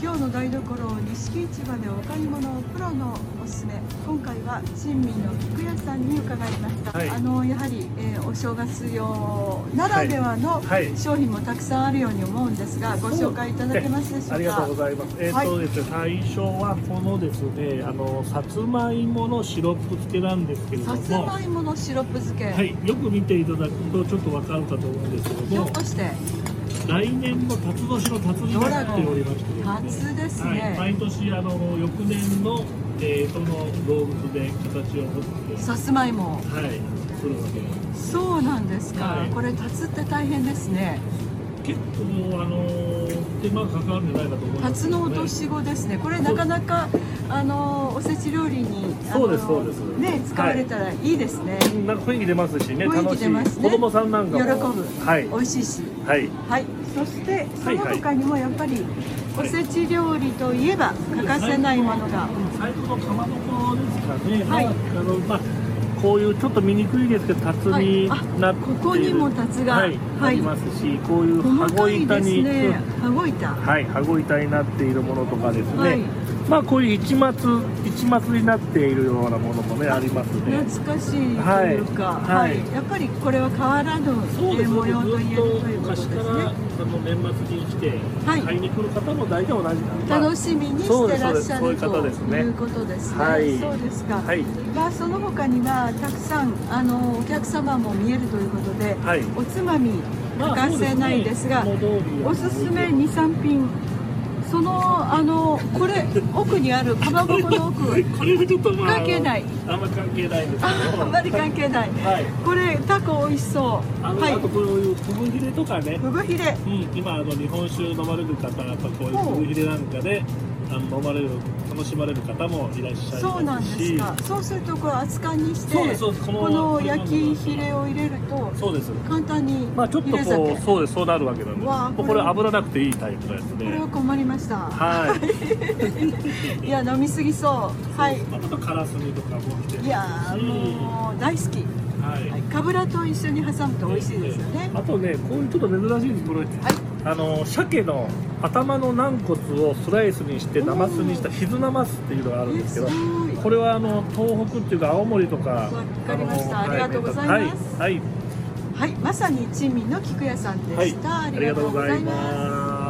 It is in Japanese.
京の台所錦市場でお買い物をプロのおすすめ今回は珍味の菊屋さんに伺いました、はいあのやはり、えーお正月用ならではのはいはい商品もたくさんあるように思うんですがご紹介いただけますでしょうかありがとうございます。えっ、とですね、最初はこのですね、あのさつまいものシロップ漬けなんですけれどさつも、まいものシロップ漬け、はい、よく見ていただくとちょっとわかるかと思うんですけひどょっも、として来年の辰年の辰になっておりましてですね、初ですね、はい、毎年あの翌年のえー、との動物で形を持って、さつまいもはい、するわけなんです。そうなんですか、はいこれ立つって大変ですね結構あの手間かかるんじゃないかと思います初けどのね、落とし子ですねこれなかなかあのおせち料理にあのそうですそうですね使われたらいいですね、うんなんか雰囲気出ますしね、雰囲楽気し出い、ますね子供さんなん喜かぶ、もはい美味しいしはいはいそしてそのはい他にもやっぱりおせち料理といえば欠かせないものが最後のかまぼこですかね、はいまああのまあこういうちょっと見にくいですけど辰になっている、ここにも辰がはい、はあいりますしこういう羽細か子い板ですに、ねうん羽子板はい羽子板になっているものとかですね、はいまあこういう市松市松になっているようなものもねありますね懐かしいというか、ははいいやっぱりこれは変わらぬ模様といえるということですねあの年末に来てはい買いに来る方も大体同じ楽しみにしてらっしゃそうるですとそうですそういいううことですね。はいそうですか。はいまあその他にはたくさんあのお客様も見えるということで、はいおつまみ欠かせないですが、おすすめ二三品。そのあのこれ奥にあるかまぼこの奥 これはちょっとまあ関係ないあんま関係ないんですけあどあんまり関係ない。はいこれタコ美味しそう。あの、はあとい。こういうふぐひれとかね、ふぐひれ。うん、今あの日本酒飲まれる方やっぱこういうふぐひれなんかであの飲まれる楽しまれる方もいらっしゃいますしそうなんですか。そうするとこれ熱燗にしてそうですそうですこのこの焼きひれを入れるとそうです簡単にまあちょっ入とれ酒。こうそうですそうなるわけなんですわあもうここれれ油なくていいタイプのやつでこれは困りました。 はいいや飲みすぎそう。はい。あとカラスミとかも来てますいやーもう大好き。はいはいかぶらと一緒に挟むと美味しいですよね。あとねこういうちょっと珍しいですこれはい。あの鮭の頭の軟骨をスライスにしてナマスにしたひずナマスっていうのがあるんですけどえーすごいこれはあの東北っていうか青森とかわかりましたありがとうございますはい、はいはいまさに珍味の菊屋さんでした。はい、ありがとうございます